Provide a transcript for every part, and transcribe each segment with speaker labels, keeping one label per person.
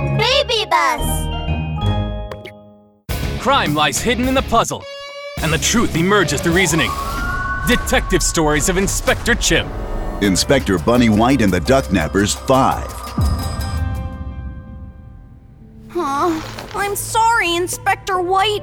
Speaker 1: Mystery Bus.
Speaker 2: Crime lies hidden in the puzzle, and the truth emerges through reasoning. Detective Stories of Inspector Chimp.
Speaker 3: Inspector Bunny White and the Ducknappers 5.
Speaker 4: I'm sorry, Inspector White.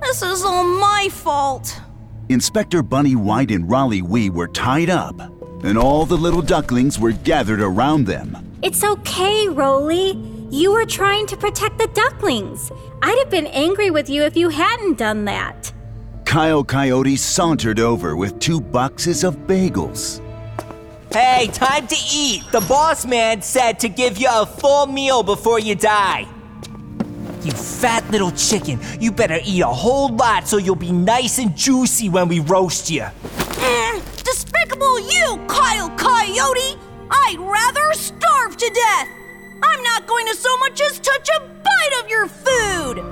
Speaker 4: This is all my fault.
Speaker 3: Inspector Bunny White and Raleigh Wee were tied up, and all the little ducklings were gathered around them.
Speaker 5: It's okay, Roly. You were trying to protect the ducklings. I'd have been angry with you if you hadn't done that.
Speaker 3: Kyle Coyote sauntered over with two boxes of bagels.
Speaker 6: Hey, time to eat! The boss man said to give you a full meal before you die. You fat little chicken, you better eat a whole lot so you'll be nice and juicy when we roast you.
Speaker 4: Eh, despicable you, Kyle Coyote! I'd rather starve to death! I'm not going to so much as touch a bite of your food!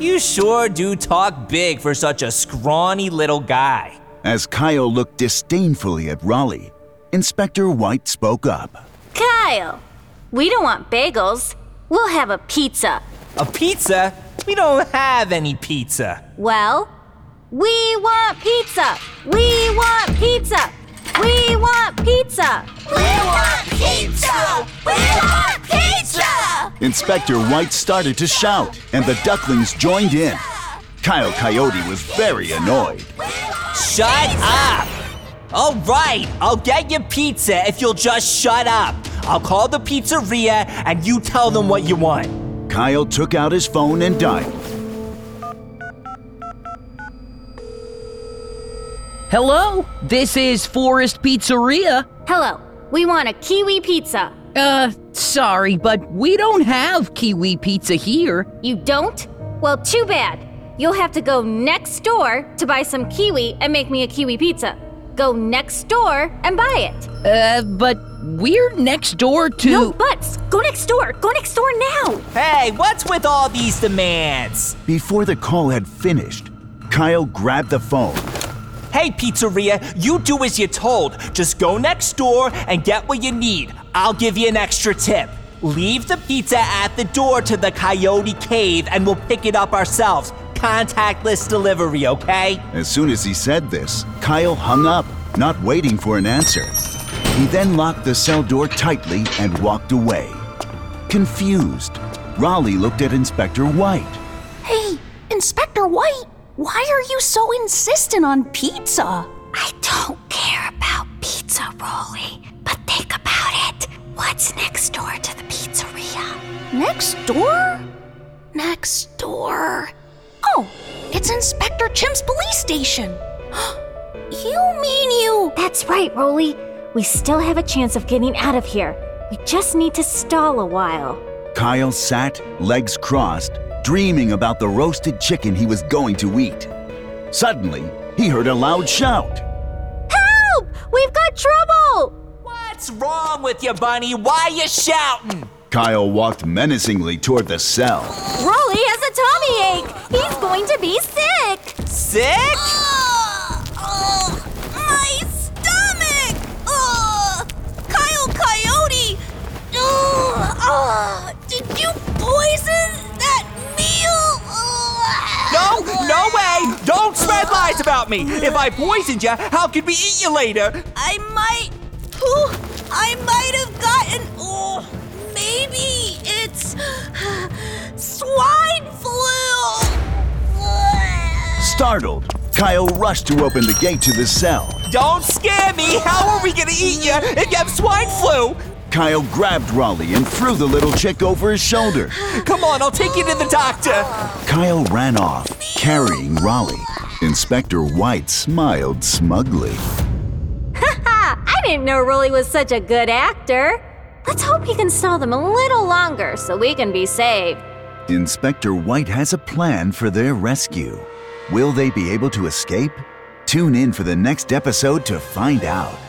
Speaker 6: You sure do talk big for such a scrawny little guy.
Speaker 3: As Kyle looked disdainfully at Raleigh, Inspector White spoke up.
Speaker 5: Kyle, we don't want bagels. We'll have a pizza.
Speaker 6: A pizza? We don't have any pizza.
Speaker 5: Well, we want pizza. We want pizza. We want pizza.
Speaker 1: We want pizza! We want pizza!
Speaker 3: Inspector White started to shout, and the ducklings joined in. Kyle Coyote was very annoyed.
Speaker 6: Shut up! All right, I'll get you pizza if you'll just shut up. I'll call the pizzeria and you tell them what you want.
Speaker 3: Kyle took out his phone and dialed.
Speaker 7: Hello, this is Forest Pizzeria.
Speaker 5: Hello, we want a kiwi pizza.
Speaker 7: Uh, sorry, but we don't have kiwi pizza here.
Speaker 5: You don't? Well, too bad. You'll have to go next door to buy some kiwi and make me a kiwi pizza. Go next door and buy it.
Speaker 7: Uh, but we're next door to.
Speaker 5: No buts. Go next door. Go next door now.
Speaker 6: Hey, what's with all these demands?
Speaker 3: Before the call had finished, Kyle grabbed the phone.
Speaker 6: Hey, pizzeria, you do as you're told. Just go next door and get what you need. I'll give you an extra tip. Leave the pizza at the door to the coyote cave and we'll pick it up ourselves. Contactless delivery, okay?
Speaker 3: As soon as he said this, Kyle hung up, not waiting for an answer. He then locked the cell door tightly and walked away. Confused, Raleigh looked at Inspector White.
Speaker 4: Hey, Inspector White, why are you so insistent on pizza?
Speaker 1: I don't care about pizza, Rolly, but think about it. What's next door to the pizzeria?
Speaker 4: Next door?
Speaker 1: Next door.
Speaker 4: Oh, it's Inspector Chim's police station. you mean you.
Speaker 5: That's right, Roly. We still have a chance of getting out of here. We just need to stall a while.
Speaker 3: Kyle sat, legs crossed, dreaming about the roasted chicken he was going to eat. Suddenly, he heard a loud shout.
Speaker 5: Help! We've got trouble!
Speaker 6: What's wrong with you, bunny? Why you shouting?
Speaker 3: Kyle walked menacingly toward the cell.
Speaker 5: Roly has a tummy ache. He's going to be sick.
Speaker 6: Sick?
Speaker 4: Ugh, my stomach! Ugh, Kyle Coyote! Ugh, ah, did you poison that meal? Ugh.
Speaker 6: No, no way! Don't spread lies about me! If I poisoned you, how could we eat you later?
Speaker 4: I might. Whew, I might have gotten. Oh, maybe it's swine flu.
Speaker 3: Startled, Kyle rushed to open the gate to the cell.
Speaker 6: Don't scare me! How are we gonna eat you if you have swine flu?
Speaker 3: Kyle grabbed Raleigh and threw the little chick over his shoulder.
Speaker 6: Come on, I'll take you to the doctor.
Speaker 3: Kyle ran off, carrying Raleigh. Inspector White smiled smugly.
Speaker 5: Ha! I didn't know Roly was such a good actor. Let's hope he can stall them a little longer so we can be saved.
Speaker 3: Inspector White has a plan for their rescue. Will they be able to escape? Tune in for the next episode to find out.